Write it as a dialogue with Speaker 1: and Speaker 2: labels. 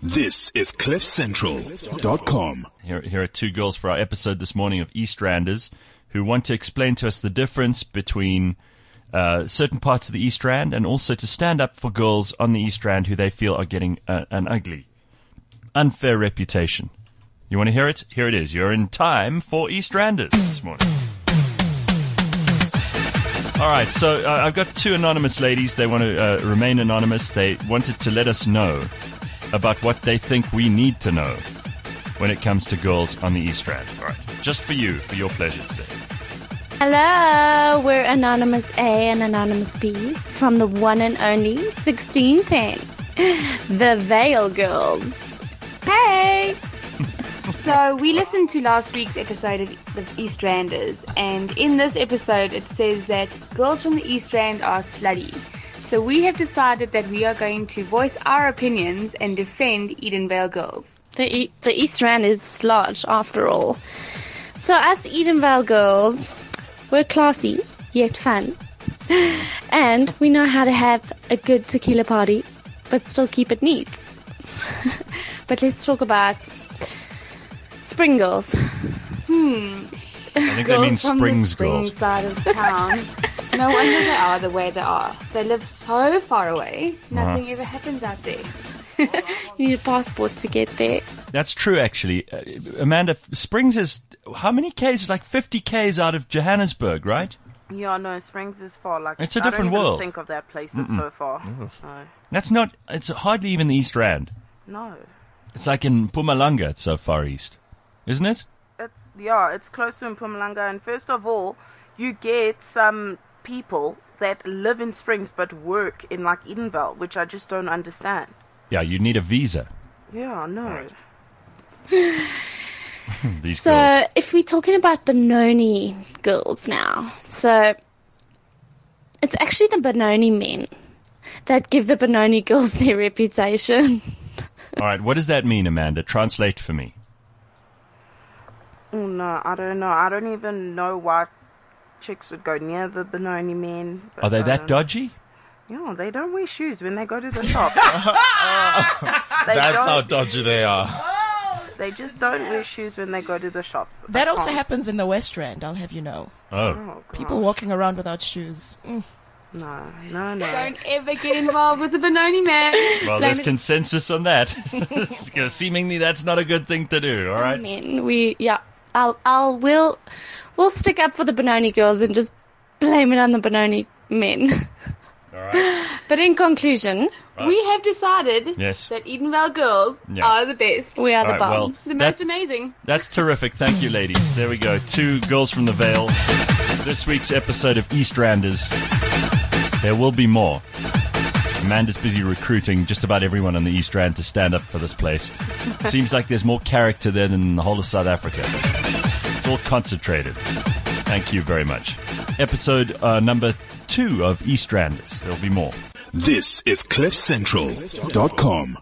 Speaker 1: This is CliffCentral.com.
Speaker 2: Here, here are two girls for our episode this morning of Eastranders who want to explain to us the difference between uh, certain parts of the East Rand and also to stand up for girls on the East Rand who they feel are getting uh, an ugly, unfair reputation. You want to hear it? Here it is. You're in time for East Randers this morning. All right, so uh, I've got two anonymous ladies. They want to uh, remain anonymous. They wanted to let us know about what they think we need to know when it comes to girls on the East Rand. All right, just for you, for your pleasure today.
Speaker 3: Hello, we're Anonymous A and Anonymous B from the one and only 1610, the Veil Girls.
Speaker 4: Hey! so we listened to last week's episode of the East Randers, and in this episode it says that girls from the East Rand are slutty. So we have decided that we are going to voice our opinions and defend Eden Vale girls.
Speaker 3: The, e- the East Rand is sludge after all. So, us Edenvale girls, we're classy yet fun, and we know how to have a good tequila party but still keep it neat. but let's talk about spring girls.
Speaker 2: I think they mean
Speaker 4: from
Speaker 2: Springs
Speaker 4: the spring
Speaker 2: girls.
Speaker 4: side of town. no wonder they are the way they are. They live so far away. Nothing ever happens out there.
Speaker 3: You need a passport to get there.
Speaker 2: That's true, actually. Uh, Amanda, Springs is how many k's? Like fifty k's out of Johannesburg, right?
Speaker 5: Yeah, no, Springs is far. Like
Speaker 2: It's a
Speaker 5: I don't
Speaker 2: different
Speaker 5: even
Speaker 2: world.
Speaker 5: Think of that place. It's so far. No.
Speaker 2: That's not. It's hardly even the East Rand.
Speaker 5: no,
Speaker 2: It's like in Pumalanga. It's so far east, isn't it?
Speaker 5: it's yeah, it's close to Mpumalanga. And first of all, you get some people that live in Springs but work in like Edenvale, which I just don't understand.
Speaker 2: Yeah, you need a visa.
Speaker 5: Yeah, no.
Speaker 2: These
Speaker 3: so
Speaker 2: girls.
Speaker 3: if we're talking about Benoni girls now, so it's actually the Benoni men that give the Benoni girls their reputation.
Speaker 2: All right, what does that mean, Amanda? Translate for me.
Speaker 5: Oh no, I don't know. I don't even know why chicks would go near the Benoni men. but
Speaker 2: Are they
Speaker 5: I
Speaker 2: that
Speaker 5: don't-
Speaker 2: dodgy?
Speaker 5: Yeah, they don't wear shoes when they go to the shop. They
Speaker 6: That's
Speaker 5: don't-
Speaker 6: how dodgy they are.
Speaker 5: They just don't wear shoes when they go to the shops.
Speaker 7: That
Speaker 5: I
Speaker 7: also
Speaker 5: can't.
Speaker 7: happens in the West Rand, I'll have you know.
Speaker 2: Oh,
Speaker 5: Oh,
Speaker 7: People
Speaker 5: God.
Speaker 7: walking around without shoes. Mm.
Speaker 5: No, no, no.
Speaker 4: Don't ever get involved with the Benoni man.
Speaker 2: well, there's consensus on that. Seemingly, that's not a good thing to do. All right.
Speaker 3: Men, we yeah, I'll I'll will we'll stick up for the Benoni girls and just blame it on the Benoni men. But in conclusion,
Speaker 4: We have decided
Speaker 2: Yes.
Speaker 4: that Edenvale girls
Speaker 2: Yeah.
Speaker 4: are the best.
Speaker 3: we are
Speaker 2: All
Speaker 3: the
Speaker 2: right,
Speaker 3: bomb.
Speaker 2: well,
Speaker 4: the
Speaker 2: that-
Speaker 4: most amazing.
Speaker 2: That's terrific. Thank you, ladies. There we go. Two girls from the Vale. This week's episode of Eastranders. There will be more. Amanda's busy recruiting just about everyone on the East Rand to stand up for this place. Seems like there's more character there than the whole of South Africa. It's all concentrated. Thank you very much. Episode uh, number two of Eastranders. There'll be more.
Speaker 1: This is CliffCentral.com.